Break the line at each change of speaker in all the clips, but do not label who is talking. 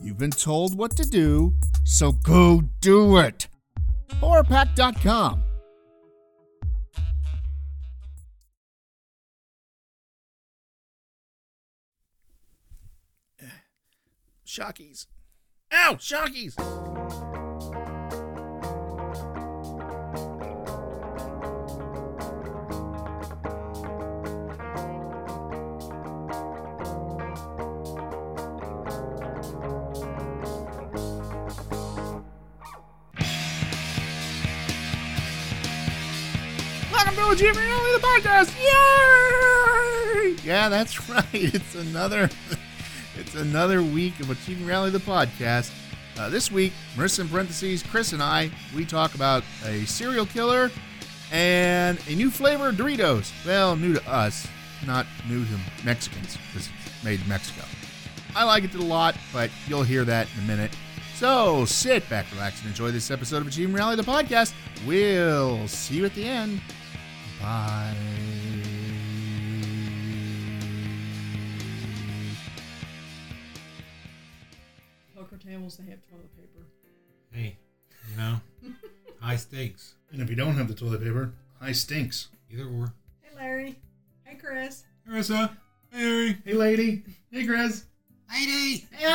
you've been told what to do, so go do it. Horrorpack.com. Shockies. Ow, shockies. Welcome to Achieving Reality, the podcast. Yay! Yeah, that's right. It's another, it's another week of Achieving Reality, the podcast. Uh, this week, Marissa in parentheses, Chris and I, we talk about a serial killer and a new flavor of Doritos. Well, new to us, not new to Mexicans, because it's made in Mexico. I like it a lot, but you'll hear that in a minute. So sit back, relax, and enjoy this episode of Achieving Reality, the podcast. We'll see you at the end. Bye.
poker tables they have toilet paper
Hey, you know, high stakes.
And if you don't have the toilet paper, I stinks.
Either or.
hey larry hey chris
Marissa, Harry,
Hey, lady. Hey, Chris.
Heidi.
Hey,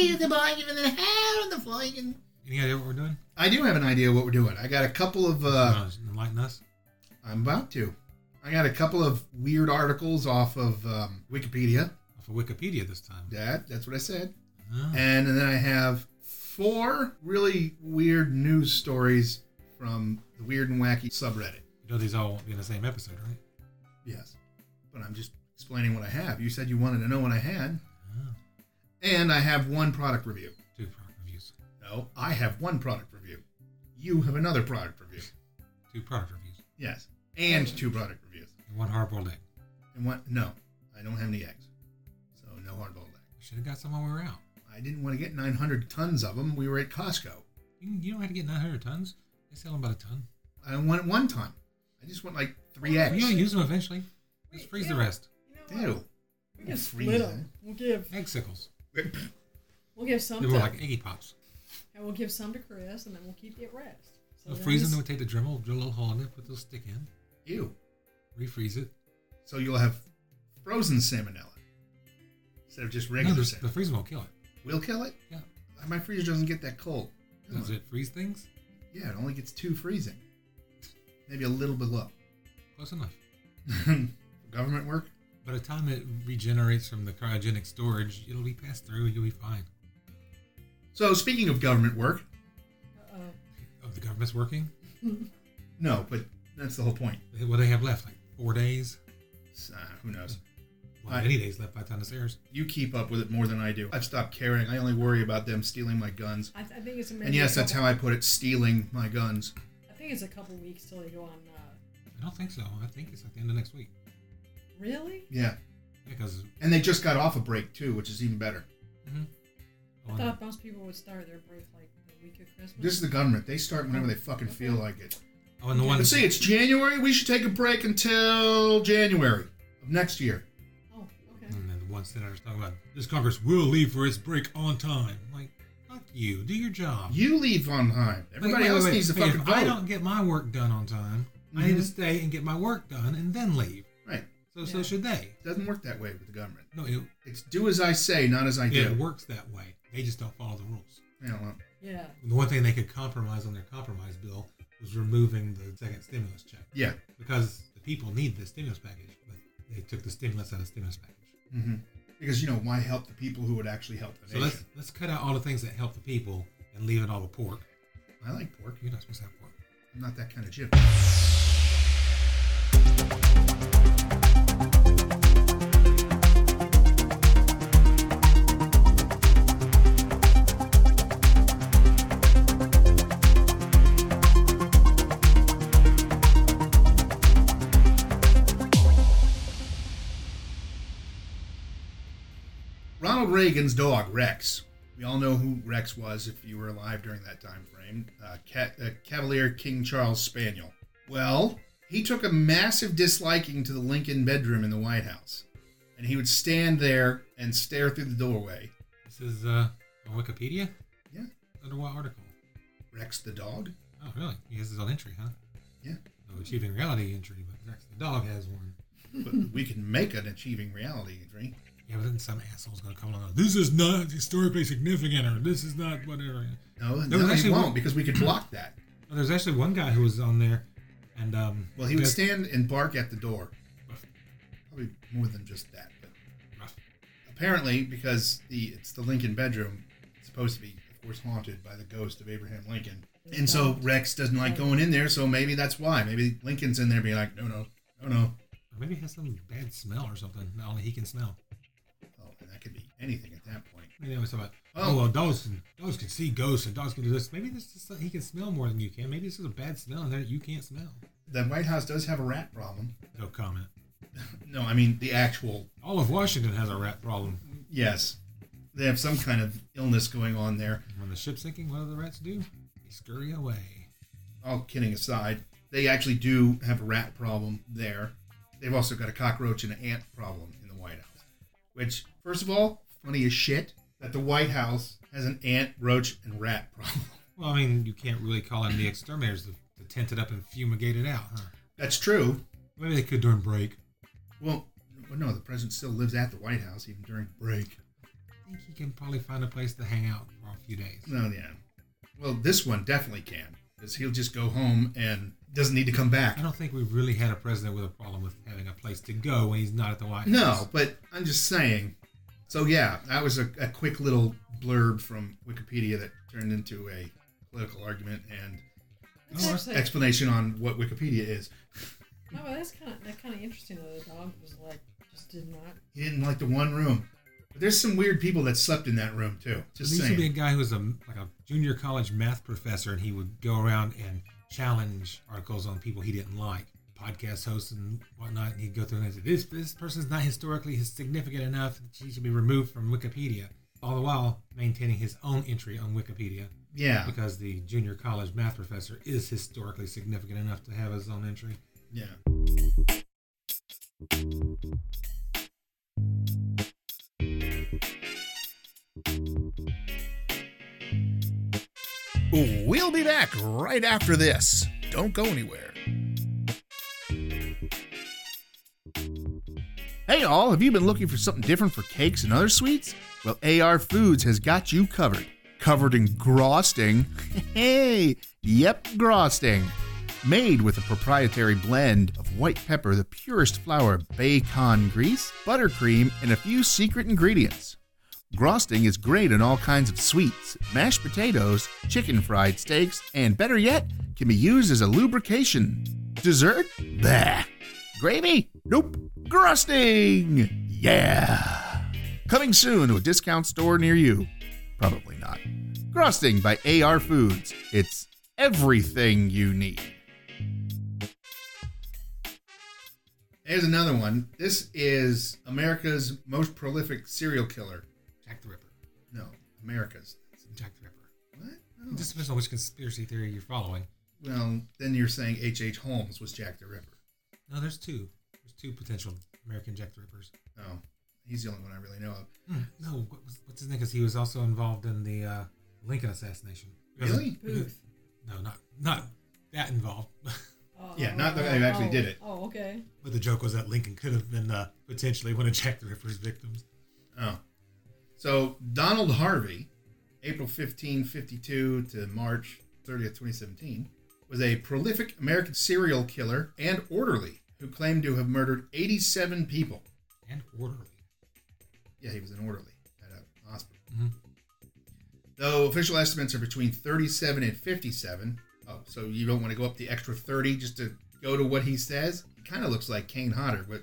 lady. The boy giving the hell the fucking.
Any idea what we're doing?
I do have an idea what we're doing. I got a couple of. Uh,
Uh, enlighten us.
I'm about to. I got a couple of weird articles off of um, Wikipedia.
Off of Wikipedia this time.
That that's what I said.
Oh.
And, then I have four really weird news stories from the weird and wacky subreddit.
You know these all won't be in the same episode, right?
Yes. But I'm just explaining what I have. You said you wanted to know what I had.
Oh.
And I have one product review.
Two product reviews.
No, I have one product review. You have another product review.
Two product reviews.
Yes. And two product reviews.
And one hard-boiled egg.
And one no, I don't have any eggs. So no hard boiled egg.
We should have got some while we were out.
I didn't want to get 900 tons of them. We were at Costco.
You, you don't have to get 900 tons. They sell them by the ton.
I want one ton. I just want like three eggs.
You'll use them eventually. Let's
Wait,
freeze
yeah.
the rest.
you know what?
Ew.
we can
We'll
split
freeze
them we'll give
Egg sickles.
we'll give
They
some to,
were like Iggy Pops.
and we'll give some to chris and then we'll keep the rest so
We'll
then
freeze them, then
this-
we'll take the Dremel, drill a little hole in it, put the little stick in,
Ew.
refreeze it.
So you'll have frozen salmonella instead of just
No,
regular
the, the
salmon.
freezer will kill it.
We'll kill it.
Yeah.
My freezer doesn't get that cold. Come
Does
on.
it freeze things?
Yeah, it only gets two freezing, maybe a little below.
Close enough.
Government work.
By the time it regenerates from the cryogenic storage, it'll be passed through and you'll be fine.
So speaking of government work,
uh-oh
Oh, the government's working?
uh,
no, but that's the whole point.
They- What do they have left? Like four days?
So, uh, who knows?
Well,
I-
many days left by the time this airs.
You keep up with it more than I do. I've stopped caring. I only worry about them stealing my guns.
I, th- I think it's a
And yes, that's how
I,
I put it: stealing my guns.
I think it's a couple weeks till they go on uh,
I don't think so. I think it's like the end of next week.
really
Yeah,
Because
and they just got off a break too, which is even better.
Oh,
i thought most people would start their break like the week of christmas
This is the government. They start whenever they fucking feel like it.
oh, and the one
Let's see, it's January. We should take a break until January of next year.
oh okay
Hmm.
Mm, and then the one senator's talking about this Congress will leave for its break on time. Like, fuck you. Do your job.
You leave on time. Everybody
Wait, wait,
else
wait,
needs to
wait.
fucking
if
vote.
I don't get my work done on time, I need
Mhm.
to stay and get my work done and then leave.
Right.
So so
Yeah.
should they.
It doesn't work that way with the government.
No, it,
It's do as I say, not as I do.
it works that way. They just don't follow the rules.
You know, um, well,
yeah
The one thing they could compromise on their compromise bill was removing the second stimulus check
yeah.
because the people need the stimulus package, but they took the stimulus out of the stimulus package.
hmm Because, you know, why help the people who would actually help the
So let's
nation?
let's cut out all the things that help the people and leave in all the pork.
I like pork.
You're not supposed to have pork.
I'm not that kind of jib. Ronald Reagan's dog, Rex. We all know who Rex was if you were alive during that time frame. Uh, Ca uh, Cavalier King Charles Spaniel. Well, he took a massive disliking to the Lincoln bedroom in the White House, and he would stand there and stare through the doorway.
This is uh, on Wikipedia?
Yeah.
Under what article?
Rex the dog.
Oh, really? He has his own entry, huh?
Yeah.
No achieving reality entry, but Rex the dog has one.
But we can make an achieving reality drink.
Yeah, but then some asshole's gonna come along. This is not historically significant, or this is not whatever.
No,
No,
no, no he
actually,
won't
we-
because we could block that.
Oh, there's actually one guy who was on there, and um.
Well, he would
that-
stand and bark at the door. Probably more than just that, but apparently because the it's the Lincoln bedroom, it's supposed to be, of course, haunted by the ghost of Abraham Lincoln. And so Rex doesn't like going in there, so maybe that's why. Maybe Lincoln's in there being like, no, no, no, no.
Or maybe he has some bad smell or something. Not only he can smell.
Oh, and that could be anything at that point.
I mean, they always talk about,
Oh.
oh, well, dogs can, dogs can see ghosts and dogs can do this. Maybe this is something he can smell more than you can. Maybe this is a bad smell in there that you can't smell.
The White House does have a rat problem.
No comment.
No, I mean the actual.
All of Washington has a rat problem.
Yes, they have some kind of illness going on there.
When the ship's sinking, what do the rats do? They scurry away.
all kidding aside, they actually do have a rat problem there. They've also got a cockroach and an ant problem in the White House. Which, first of all, funny as shit that the White House has an ant, roach, and rat problem.
Well, I mean, you can't really call them the exterminators to, to tent it up and fumigate it out, huh?
That's true.
Maybe they could during break.
Well, well, no, the president still lives at the White House even during break.
I think he can probably find a place to hang out for a few days.
No, yeah. Well, this one definitely can because he'll just go home and doesn't need to come back.
I don't think we've really had a president with a problem with having a place to go when he's not at the White House.
No, but I'm just saying. So yeah, that was a, a quick little blurb from Wikipedia that turned into a political argument and
That's
Oh,
actually-
explanation on what Wikipedia is.
no, but that's kind of that kind of interesting though. The dog was like just did not.
He didn't like the one room. But there's some weird people that slept in that room too.
There
Just
used to be a
saying.
guy who was a like a junior college math professor, and he would go around and challenge articles on people he didn't like, podcast hosts and whatnot. And he'd go through and say, "This this person's not historically significant enough; she should be removed from Wikipedia." All the while maintaining his own entry on Wikipedia
Yeah,
because the junior college math professor is historically significant enough to have his own entry.
yeah. We'll be back right after this. Don't go anywhere. Hey, all, have you been looking for something different for cakes and other sweets? Well, AR Foods has got you covered. Covered in grosting. Hey, yep, grosting. Made with a proprietary blend of white pepper, the purest flour, bacon grease, buttercream, and a few secret ingredients. Grosting is great in all kinds of sweets, mashed potatoes, chicken fried steaks, and better yet, can be used as a lubrication. Dessert? Bah. Gravy? Nope. Grosting! Yeah. Coming soon to a discount store near you. Probably not. Grosting by AR Foods. It's everything you need. There's another one. This is America's most prolific serial killer.
Jack the Ripper.
No, America's.
Jack the Ripper.
What? Oh.
It just depends on which conspiracy theory you're following.
Well, then you're saying H.H. H. Holmes was Jack the Ripper.
No, there's two. There's two potential American Jack the Rippers.
No, Oh, he's the only one I really know of.
Mm, No, what was, what's his name? Because he was also involved in the uh, Lincoln assassination.
Really?
Booth.
No, not not that involved.
Oh,
Yeah, not the guy who actually
oh,
did it.
Oh, okay.
but the joke was that Lincoln could have been uh, potentially one of Jack the Ripper's victims.
Oh. So, Donald Harvey, April 15, 52 to March 30th, 2017, was a prolific American serial killer and orderly who claimed to have murdered 87 people.
And orderly.
Yeah, he was an orderly at a hospital. Though official estimates are between 37 and 57. Oh, so you don't want to go up the extra 30 just to go to what he says? He kind of looks like Kane Hodder, but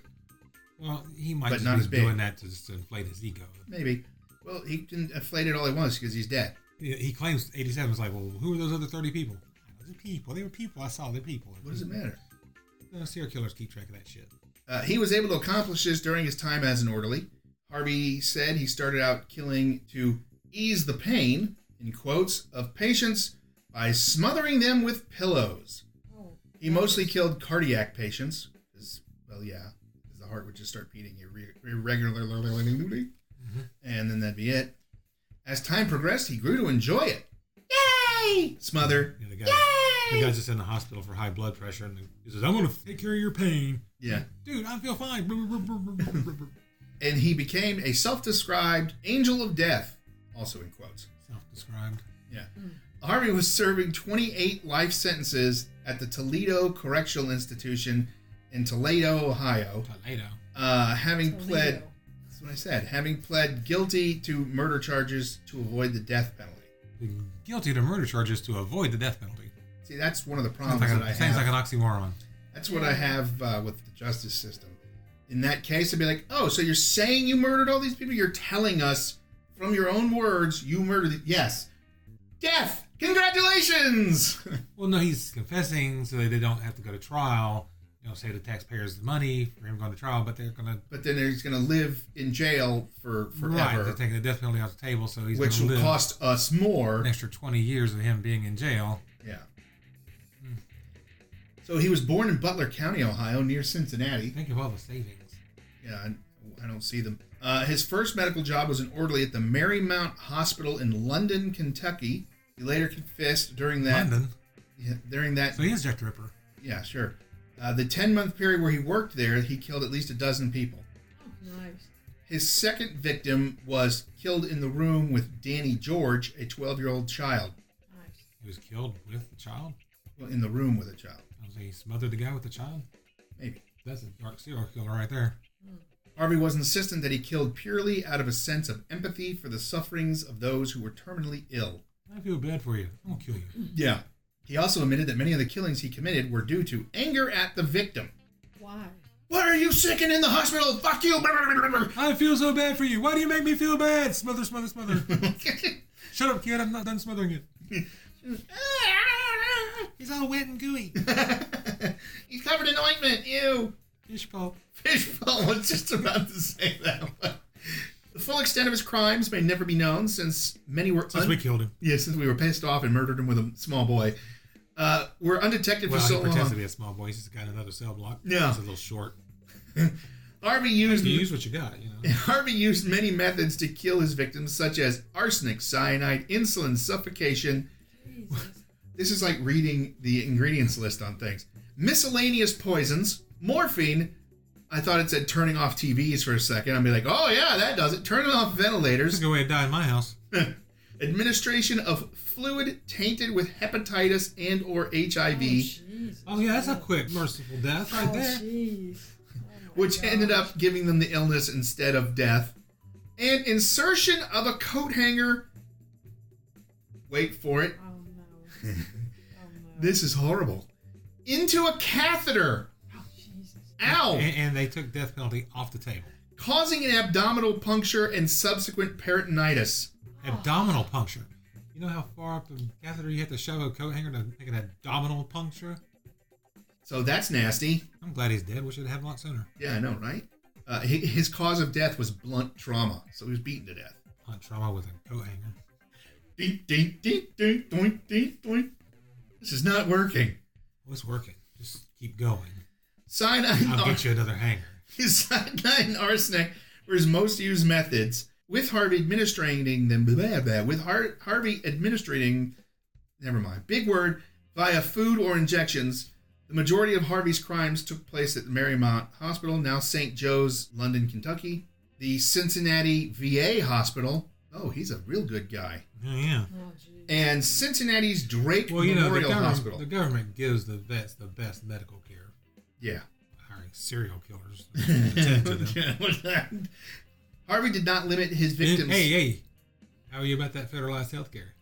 Well, he might
But
just
not
be
as big.
doing that to just to inflate his ego.
maybe. Well, he can inflate it all he wants because he's dead.
He he claims 87 was like, well, who are those other 30 people? Those are people. They were people. I saw the people.
What does it matter?
No, serial killers keep track of that shit.
Uh, he was able to accomplish this during his time as an orderly. Harvey said he started out killing to ease the pain, in quotes, of patients by smothering them with pillows.
Oh,
He mostly killed cardiac patients, 'cause- well, yeah, 'cause the heart would just start beating irre- irregularly, and then that'd be it. As time progressed, he grew to enjoy it. Yay! Smother.
You know, the guy, the guy's just in the hospital for high blood pressure, and he says, "I'm going to take care of your pain."
Yeah.
Dude, I feel fine. Self-described.
And he became a self described angel of death, also in quotes. Yeah. Harvey was serving 28 life sentences at the Toledo Correctional Institution in Toledo, Ohio,
Toledo.
uh, having
Toledo.
pled, that's what I said, having pled guilty to murder charges to avoid the death penalty.
Been Guilty to murder charges to avoid the death penalty.
See, that's one of the
Sounds
problems
like,
that
a,
I
sounds like
have.
an oxymoron.
that's what I have uh, with the justice system. In that case, I'd be like, oh, so you're saying you murdered all these people? You're telling us from your own words you murdered. the-" Yes. Death! Congratulations!
Well, no, he's confessing so that they don't have to go to trial. You know, save the taxpayers the money for him going to trial, but they're going to
but then he's going to live in jail for forever,
They're taking the death penalty off the table, so he's
which
going to
will
live
cost us more.
an extra 20 years of him being in jail.
Yeah. So he was born in Butler County, Ohio, near Cincinnati.
Think of all the savings.
Yeah, I, I don't see them. Uh, his first medical job was an orderly at the Marymount Hospital in London, Kentucky. He later confessed during that
London.
yeah, during that
So he is Jack the Ripper.
yeah sure uh, the ten month period where he worked there he killed at least a dozen people.
Oh, nice.
His second victim was killed in the room with Danny George, a 12 year old child.
Nice.
He was killed with a child.
Well, in the room with a child,
I was like, he smothered the guy with a child.
maybe.
That's a dark serial killer right there.
Harvey was insistent that he killed purely out of a sense of empathy for the sufferings of those who were terminally ill.
I feel bad for you. I'm going to kill you.
Yeah. He also admitted that many of the killings he committed were due to anger at the victim.
Why?
Why are you sick and in the hospital? Fuck you!
I feel so bad for you. Why do you make me feel bad? Smother, smother, smother. Shut up, kid. I'm not done smothering it. He's all wet and gooey.
He's covered in ointment. Ew.
Fish pulp.
Fishbowl was just about to say that one. The full extent of his crimes may never be known since many were
Since
un-
we killed him.
yeah, since we were pissed off and murdered him with a small boy. Uh, were undetected
Well,
for
he
so
pretends to
long.
be a small boy. He's just got another cell block.
Yeah.
It's a little short.
Harvey used
You use what you got, you know.
Harvey used many methods to kill his victims, such as arsenic, cyanide, insulin, suffocation.
Jesus.
This is like reading the ingredients list on things. Miscellaneous poisons, morphine. I thought it said turning off TVs for a second. I'd be like, oh yeah, that does it. Turning off ventilators.
Just go away and die in my house.
administration of fluid tainted with hepatitis and or
Oh,
hiv
Jesus.
Oh yeah, that's a quick, merciful death
Oh,
right there.
jeez. Oh, my
which
God.
ended up giving them the illness instead of death and insertion of a coat hanger wait for it
Oh no. Oh no.
this is horrible into a catheter
Oh, Jesus.
ow
And, and they took death penalty off the table.
causing an abdominal puncture and subsequent peritonitis
Abdominal puncture. You know how far up the catheter you have to shove a coat hanger to make an abdominal puncture?
so that's nasty
I'm glad he's dead. Wish it happened a lot sooner.
yeah i know right uh, hi- his cause of death was blunt trauma so he was beaten to death
Hunt trauma with a coat hanger.
Deet, deet, deet, deet, doink, deet, doink. This is not working.
Well, it's working. Just keep going.
Cyanide,
I'll
ar-
get you another hanger.
cyanide and arsenic were his most used methods. With Harvey administering them, blah, blah, with Har- Harvey administering, never mind, big word, via food or injections. The majority of Harvey's crimes took place at the Marymount Hospital, now St. Joe's, London, Kentucky, the Cincinnati VA Hospital. Oh, he's a real good guy.
Yeah, yeah.
Oh, jeez.
And Cincinnati's Drake
Well, you know, the
Memorial
government,
Hospital.
the government gives the vets the best medical care.
yeah.
Hiring serial killers to attend to them.
Harvey did not limit his victims.
Hey, hey. How are you about that federalized health care?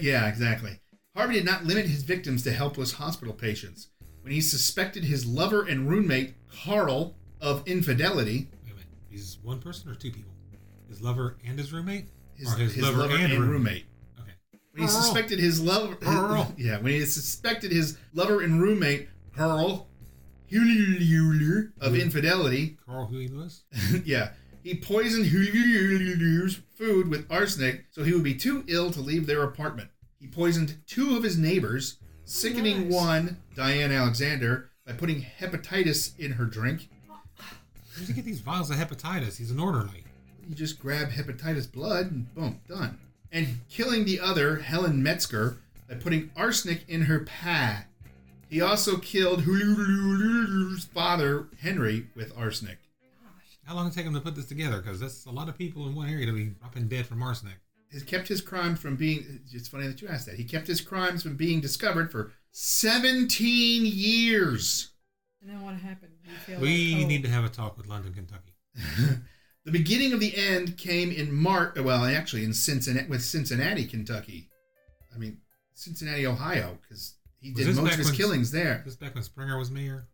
Yeah, exactly. Harvey did not limit his victims to helpless hospital patients. When he suspected his lover and roommate, Carl, of infidelity,
Wait a minute. He's one person or two people? His lover and his roommate?
his, his lover, and, roommate.
Okay.
When he
Carl.
suspected his lover,
Carl.
yeah, when he suspected his lover and roommate, Carl, Huler, of infidelity,
Carl Huey Lewis?
yeah, He poisoned Hulier's food with arsenic so he would be too ill to leave their apartment. He poisoned two of his neighbors, sickening
Nice.
one, Diane Alexander, by putting hepatitis in her drink.
Where does he get these vials of hepatitis? He's an orderly.
You just grab hepatitis blood and boom, done. And killing the other, Helen Metzger, by putting arsenic in her pie. He also killed Hulier's father, Henry, with arsenic.
Gosh.
How long did it take him to put this together? Because that's a lot of people in one area to be dropping dead from arsenic.
has kept his crimes from being. It's funny that you asked that. He kept his crimes from being discovered for 17 years.
And then what happened? You feel
We
like, oh,
need to have a talk with London, Kentucky.
the beginning of the end came in March. Well, actually, in Cincinnati, with Cincinnati, Kentucky. I mean, Cincinnati, Ohio, because he
Was
did
this
most
back
of his
when-
killings there.
This back when Springer was mayor.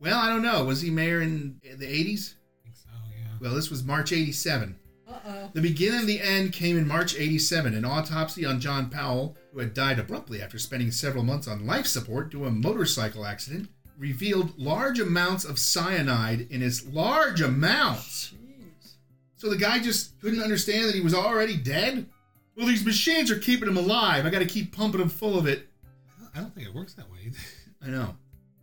well, I don't know. Was he mayor in the 80s?
I think so. Yeah.
Well, this was March 87.
Uh-oh.
The beginning of the end came in March 87. An autopsy on John Powell, who had died abruptly after spending several months on life support due to a motorcycle accident, revealed large amounts of cyanide in his large amounts.
Jeez.
So the guy just couldn't understand that he was already dead? Well, these machines are keeping him alive. I gotta keep pumping him full of it.
I don't- I don't think it works that way.
I know.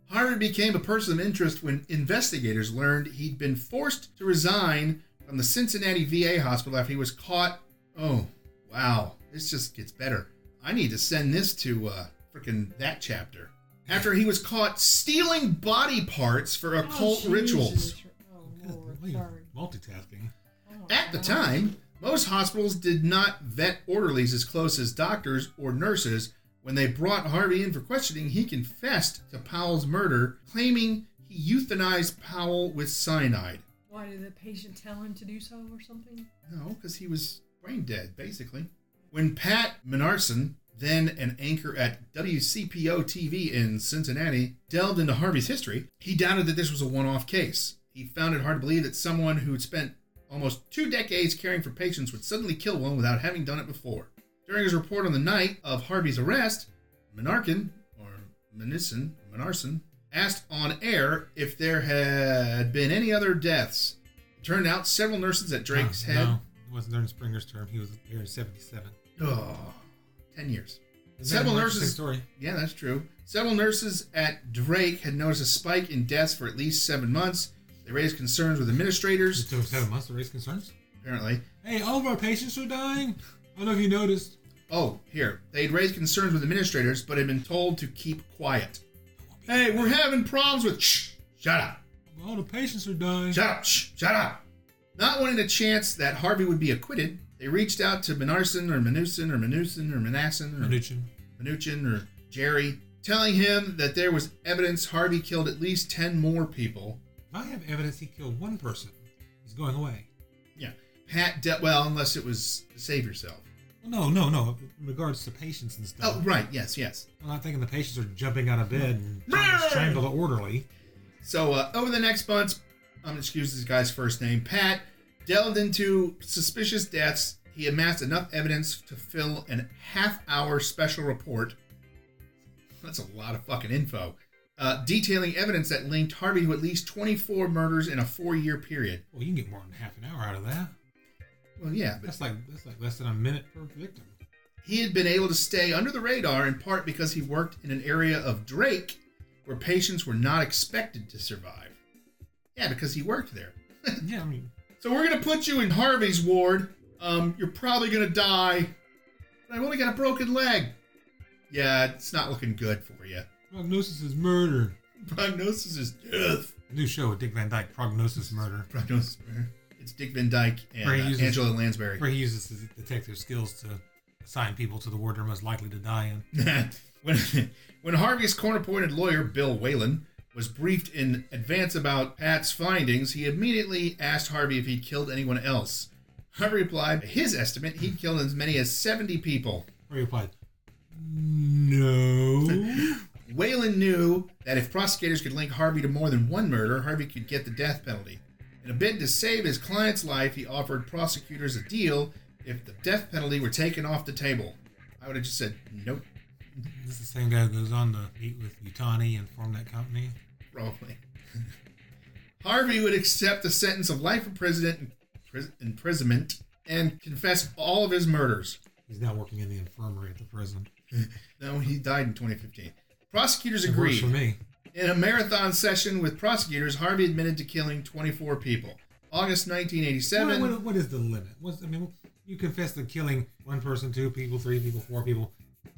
Harvard became a person of interest when investigators learned he'd been forced to resign from the Cincinnati VA hospital after he was caught. Oh, wow. This just gets better. I need to send this to uh, freaking that chapter. After he was caught stealing body parts for
Oh,
occult
Jesus.
rituals.
Oh,
Good
Lord.
grief.
Sorry.
Multitasking.
Oh, my
At the
God.
time, most hospitals did not vet orderlies as close as doctors or nurses. When they brought Harvey in for questioning, he confessed to Powell's murder, claiming he euthanized Powell with cyanide.
Why did the patient tell him to do so or something?
No, because he was brain dead, basically. When Pat Menarson, then an anchor at WCPO TV in Cincinnati, delved into Harvey's history, he doubted that this was a one off case. He found it hard to believe that someone who'd spent almost two decades caring for patients would suddenly kill one without having done it before. During his report on the night of Harvey's arrest, Menarkin, or Menison, Menarson, asked on air if there had been any other deaths. It turned out several nurses at Drake's
Oh, no,
had
No, it wasn't during Springer's term. He was here in '77.
Oh, 10 years.
Is that
Several
an interesting
nurses.
Story.
Yeah, that's true. Several nurses at Drake had noticed a spike in deaths for at least seven months. They raised concerns with
It
administrators,
took seven months to raise concerns.
apparently.
Hey, all of our patients are dying. I don't know if you noticed.
Oh, here. They'd raised concerns with administrators, but had been told to keep quiet. Hey, we're having problems with. Shh! Shut up!
All the patients are dying.
Shut up! Shh, shut up! Not wanting a chance that Harvey would be acquitted, they reached out to Menarson or Menusin or Menusin or Manassin or
Mnuchin.
Mnuchin or Jerry, telling him that there was evidence Harvey killed at least 10 more people.
If I have evidence he killed one person, he's going away.
Yeah. Pat, de- well, unless it was save yourself.
Well, no, no, no. In regards to patients and stuff.
Oh, right. Yes, yes.
I'm not thinking the patients are jumping out of bed and trying to strangle the orderly.
So uh, over the next months, I'm gonna excuse this guy's first name, Pat, delved into suspicious deaths. He amassed enough evidence to fill an half-hour special report. That's a lot of fucking info. Uh, detailing evidence that linked Harvey to at least 24 murders in a four-year period.
Well, you can get more than half an hour out of that.
Well, yeah, but
That's like that's like less than a minute per victim.
He had been able to stay under the radar in part because he worked in an area of Drake where patients were not expected to survive. Yeah, because he worked there.
yeah, I mean,
So we're going to put you in Harvey's ward. Um, you're probably going to die. But I've only got a broken leg. Yeah, it's not looking good for you.
prognosis is murder.
Prognosis is death.
New show with Dick Van Dyke, prognosis murder,
Prognosis. It's Dick Van Dyke and
Where he
uh,
uses-
Angela Lansbury.
where he uses his detective skills to assign people to the ward they're most likely to die in.
when, when Harvey's court appointed lawyer, Bill Whalen, was briefed in advance about Pat's findings, he immediately asked Harvey if he'd killed anyone else. Harvey replied, his estimate, he'd killed as many as 70 people.
Where he replied, "No."
Whalen knew that if prosecutors could link Harvey to more than one murder, Harvey could get the death penalty. In a bid to save his client's life, he offered prosecutors a deal if the death penalty were taken off the table. I would have just said, nope,
This is the same guy who goes on to meet with Utani and form that company.
probably. Harvey would accept the sentence of life imprisonment, impris- imprisonment and confess all of his murders.
He's now working in the infirmary at the prison.
No, he died in 2015. Prosecutors
It works for
agreed.
me.
In a marathon session with prosecutors, Harvey admitted to killing 24 people. August
What,
1987.
what- what is the limit? What's, I mean, you confess to killing one person, two people, three people, four people.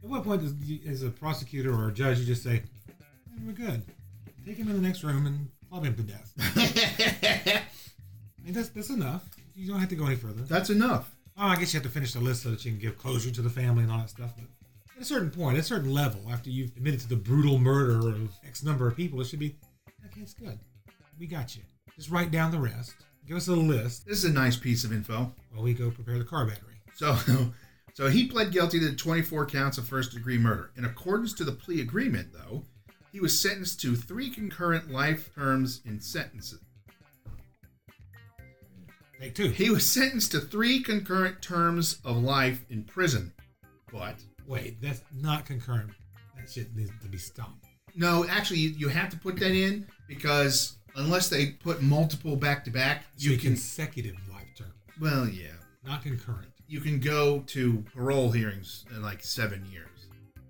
At what point does you, as a prosecutor or a judge, you just say, "Eh, "We're good. Take him in the next room and club him to death." I mean, that's that's enough. You don't have to go any further.
That's enough.
Oh, I guess you have to finish the list so that you can give closure to the family and all that stuff. But at a certain point, at a certain level, after you've admitted to the brutal murder of X number of people, it should be okay. It's good. We got you. Just write down the rest. Give us a list
This is a nice piece of info.
while we go prepare the car battery.
So, so he pled guilty to 24 counts of first-degree murder. In accordance to the plea agreement, though, he was sentenced to three concurrent life terms in sentences.
Take two.
He was sentenced to three concurrent terms of life in prison. But
Wait, that's not concurrent. That shit needs to be stopped.
no, actually, you, you have to put that in because unless they put multiple back to back,
It should
you
be
can.
consecutive life term,
Well, yeah,
not concurrent.
you can go to parole hearings in like seven years.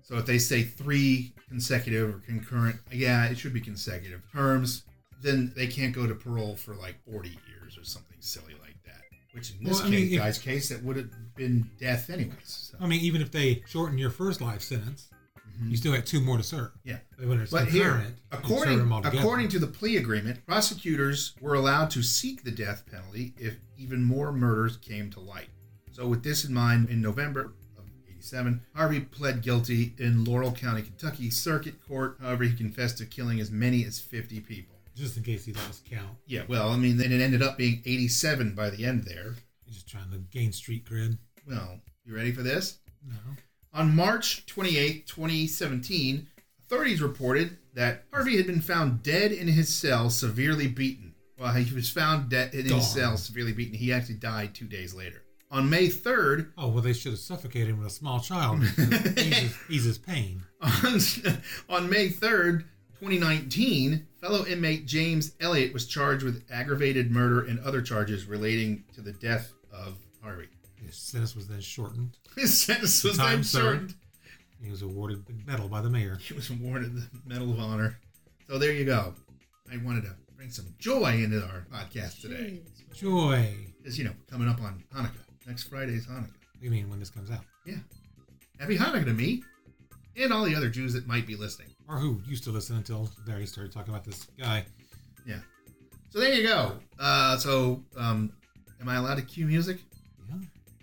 So if they say three consecutive or concurrent, yeah, it should be consecutive terms. Then they can't go to parole for like 40 years or something silly like that. Which in this
Well, I
case,
mean, if-
guy's case, that would have been death anyways. So.
I mean, even if they shorten your first life sentence, you still got two more to serve.
Yeah.
But when it's
Mm-hmm. But here,
concurrent, you serve
according
them all together.
according to the plea agreement, prosecutors were allowed to seek the death penalty if even more murders came to light. So, with this in mind, in November of '87, Harvey pled guilty in Laurel County, Kentucky Circuit Court. However, he confessed to killing as many as 50 people.
just in case he lost count.
Yeah, well, I mean, then it ended up being 87 by the end there.
He's just trying to gain street cred.
Well, you ready for this?
No.
On March 28, 2017, authorities reported that Harvey had been found dead in his cell, severely beaten. Well, he was found dead in
Darn.
his cell, severely beaten. He actually died two days later. On May 3rd,
Oh well, they should have suffocated him with a small child. he's, his, he's his pain.
on, on May 3rd, 2019, fellow inmate James Elliott was charged with aggravated murder and other charges relating to the death of Harvey.
His sentence was then shortened.
His sentence was
Time
then
served.
shortened.
He was awarded the medal by the mayor.
He was awarded the Medal of Honor. So there you go. I wanted to bring some joy into our podcast today.
Jeez.
Joy.
Because, you know, we're coming up on Hanukkah. Next Friday is Hanukkah.
You mean when this comes out?
Yeah. Happy Hanukkah to me and all the other Jews that might be listening.
Or who used to listen until Barry started talking about this guy?
Yeah. So there you go. Uh, so, um, am I allowed to cue music?
Yeah.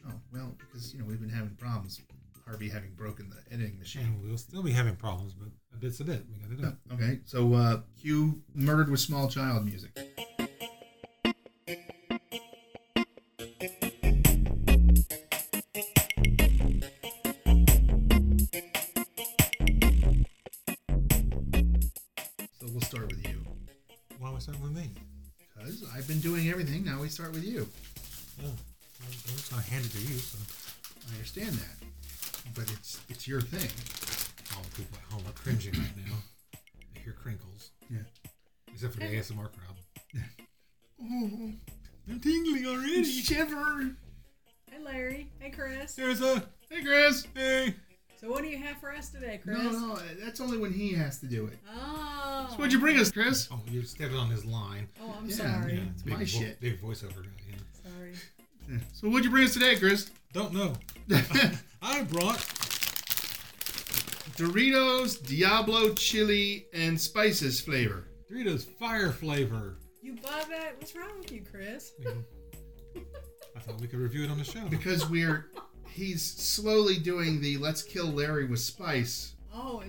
Oh, well, because, you know, we've been having problems with Harvey having broken the editing machine.
And we'll still be having problems, but a bit's a bit. We gotta do it.
Oh, okay. So, uh, cue murdered with small child music. So we'll start with you.
Why am I starting with me?
Because I've been doing everything, now we start with you.
Oh, well, it's not handed to you, so
I understand that. But it's it's your thing.
all the people at home are cringing right now. They hear crinkles,
Yeah.
except for the ASMR crowd.
Oh,
I'm tingling already.
shiver.
Hi, Larry. Hey, Chris.
There's a
Hey, Chris.
hey.
So, what do you have for us today, Chris?
No, no, that's only when he has to do it.
Oh.
So what'd you bring us, Chris?
Oh, you're stepping on his line.
Oh, I'm
Yeah.
sorry.
Yeah,
It's
big
my shit.
Big voiceover guy. Yeah.
Sorry.
So what'd you bring us today, Chris?
Don't know. I brought
Doritos Diablo chili and spices flavor.
Doritos Fire Flavor.
You bought that? What's wrong with you, Chris?
I thought we could review it on the show.
Because we're he's slowly doing the let's kill Larry with spice.
Oh,
Oh,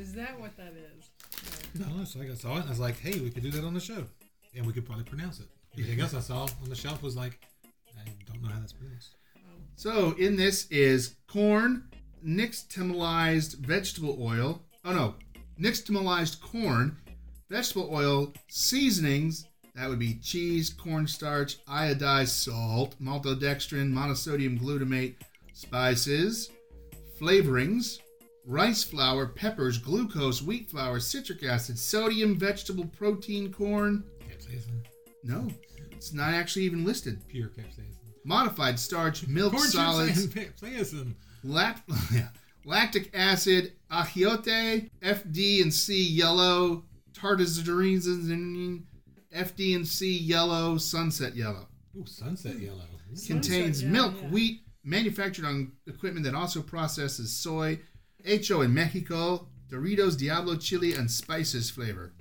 No, it's not actually even listed.
Pure capsaicin.
Modified starch, milk
Corn
solids,
chips and capsaicin.
lact- lactic acid, achiote, FD and C yellow, tartazine, FD and C yellow, sunset yellow.
Ooh, sunset yellow. Ooh.
Contains
Sunset yellow,
milk,
yeah.
wheat, manufactured on equipment that also processes soy, HO in Mexico, Doritos, Diablo chili, and spices flavor.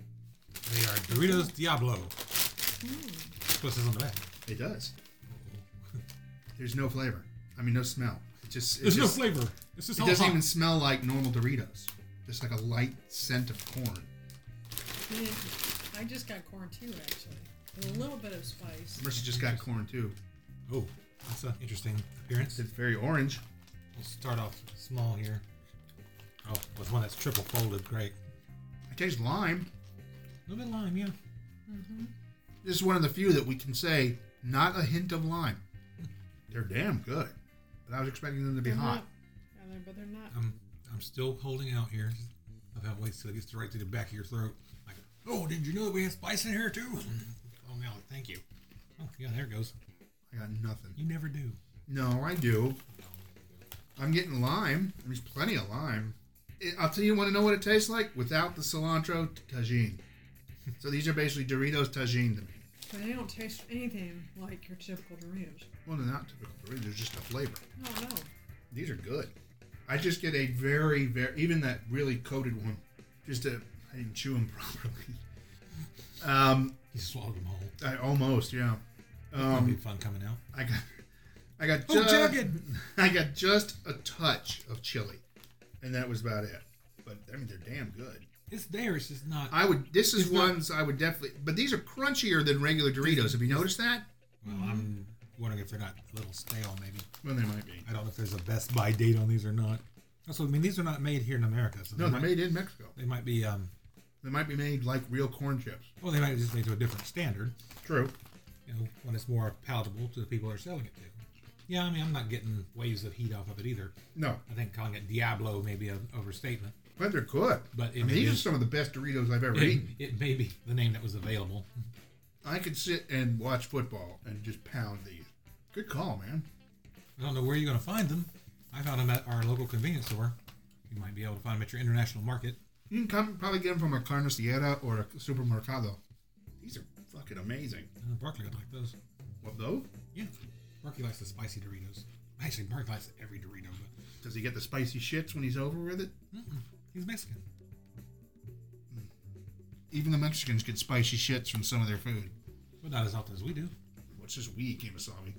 They are Doritos Diablo. That's what it says on the back.
It does. There's no flavor. I mean, no smell. It just it
There's no
just-
flavor. It's just
It
all
doesn't
hot.
even smell like normal Doritos. Just like a light scent of corn.
Yeah, I just got corn too, actually. And a little bit of spice.
Mercy just got corn too.
Oh, that's an interesting appearance.
It's very orange.
We'll start off small here. Oh, with one that's triple folded. Great.
I taste lime.
A little bit of lime, yeah.
This is one of the few that we can say not a hint of lime. They're damn good. But I was expecting them to be
They're
hot.
not- yeah, they're- but they're not.
I'm I'm still holding out here. I've had wait till it gets right to the back of your throat. Like, oh, did you know that we have spice in here too? oh, now thank you. Oh, yeah, there it goes.
I got nothing.
You never do.
No, I do. I'm getting lime. There's plenty of lime. It- I'll tell you, want to know what it tastes like? Without the cilantro t- tagine. So these are basically Doritos tagine to me.
But they don't taste anything like your typical Doritos.
Well, they're not typical Doritos, they're just a flavor.
No, no.
These are good. I just get a very, very, even that really coated one, just a, I didn't chew them properly. Um,
You swallowed them whole.
I almost, yeah.
That'll be
Um,
fun coming out.
I got, I got
Oh,
just,
jagged!
I got just a touch of chili, and that was about it. But I mean, they're damn good.
It's there. It's just not.
I would. This is
It's not-
ones I would definitely. But these are crunchier than regular Doritos. Have you noticed that?
Well, I'm wondering if they're not a little stale, maybe.
Well, they might be.
I don't know if there's a best by date on these or not. Also, I mean, these are not made here in America, so they,
No, they're
might,
made in Mexico.
they might be. Um,
They might be made like real corn chips.
well, they might be just made to a different standard.
True.
you know, when it's more palatable to the people they're selling it to. Yeah, I mean, I'm not getting waves of heat off of it either.
No,
I think calling it Diablo may be an overstatement,
but they're good. I
but it,
mean,
may,
these
be,
are some of the best Doritos I've ever
it,
eaten.
it may be the name that was available.
I could sit and watch football and just pound these. Good call, man.
I don't know where you're going to find them. I found them at our local convenience store. You might be able to find them at your international market.
You can come, probably get them from a carnicera or a supermercado. These are fucking amazing.
Uh, Barkley would like those.
What though?
Yeah, Barkley likes the spicy Doritos. Actually, Barkley likes every Dorito, but
Does he get the spicy shits when he's over with it?
he's Mexican.
Even the Mexicans get spicy shits from some of their food.
But not as often as we do.
What's this we, Kimasabi?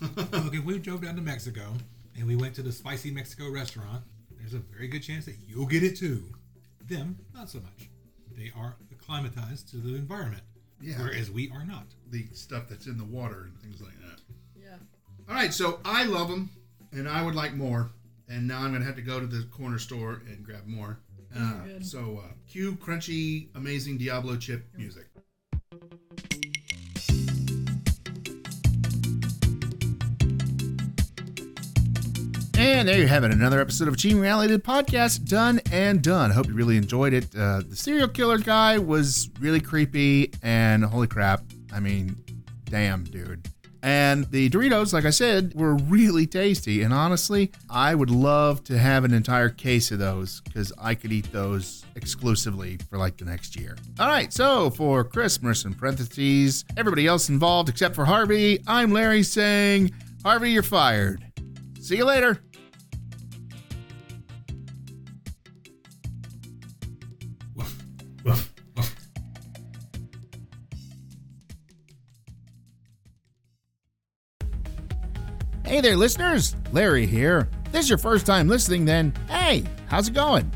Look, if Oh, we drove down to Mexico and we went to the spicy Mexico restaurant, there's a very good chance that you'll get it too. Them, not so much. They are acclimatized to the environment,
Yeah.
whereas we are not.
The stuff that's in the water and things like that.
Yeah.
All right, so I love them, and I would like more. And now I'm gonna have to go to the corner store and grab more. Uh,
good.
so, uh, cue crunchy, amazing Diablo chip music.
And there you have it, another episode of Achieving Reality the podcast, done and done. Hope you really enjoyed it. Uh, the serial killer guy was really creepy, and holy crap, I mean, damn, dude. And the Doritos, like I said, were really tasty. And honestly, I would love to have an entire case of those because I could eat those exclusively for like the next year. All right, so for Chris Merson, parentheses, everybody else involved except for Harvey, I'm Larry saying, Harvey, you're fired. See you later.
Woof, woof, woof.
Hey there, listeners. Larry here. If this is your first time listening, then hey, how's it going?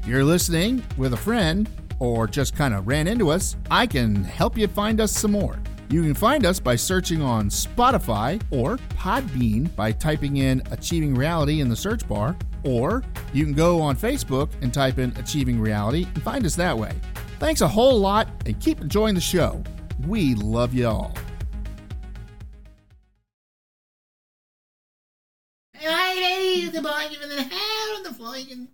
If you're listening with a friend or just kind of ran into us, I can help you find us some more. You can find us by searching on Spotify or Podbean by typing in Achieving Reality in the search bar, or you can go on Facebook and type in Achieving Reality and find us that way. Thanks a whole lot and keep enjoying the show. We love y'all.
Hey, ladies, the boy, and the hair, and the flying.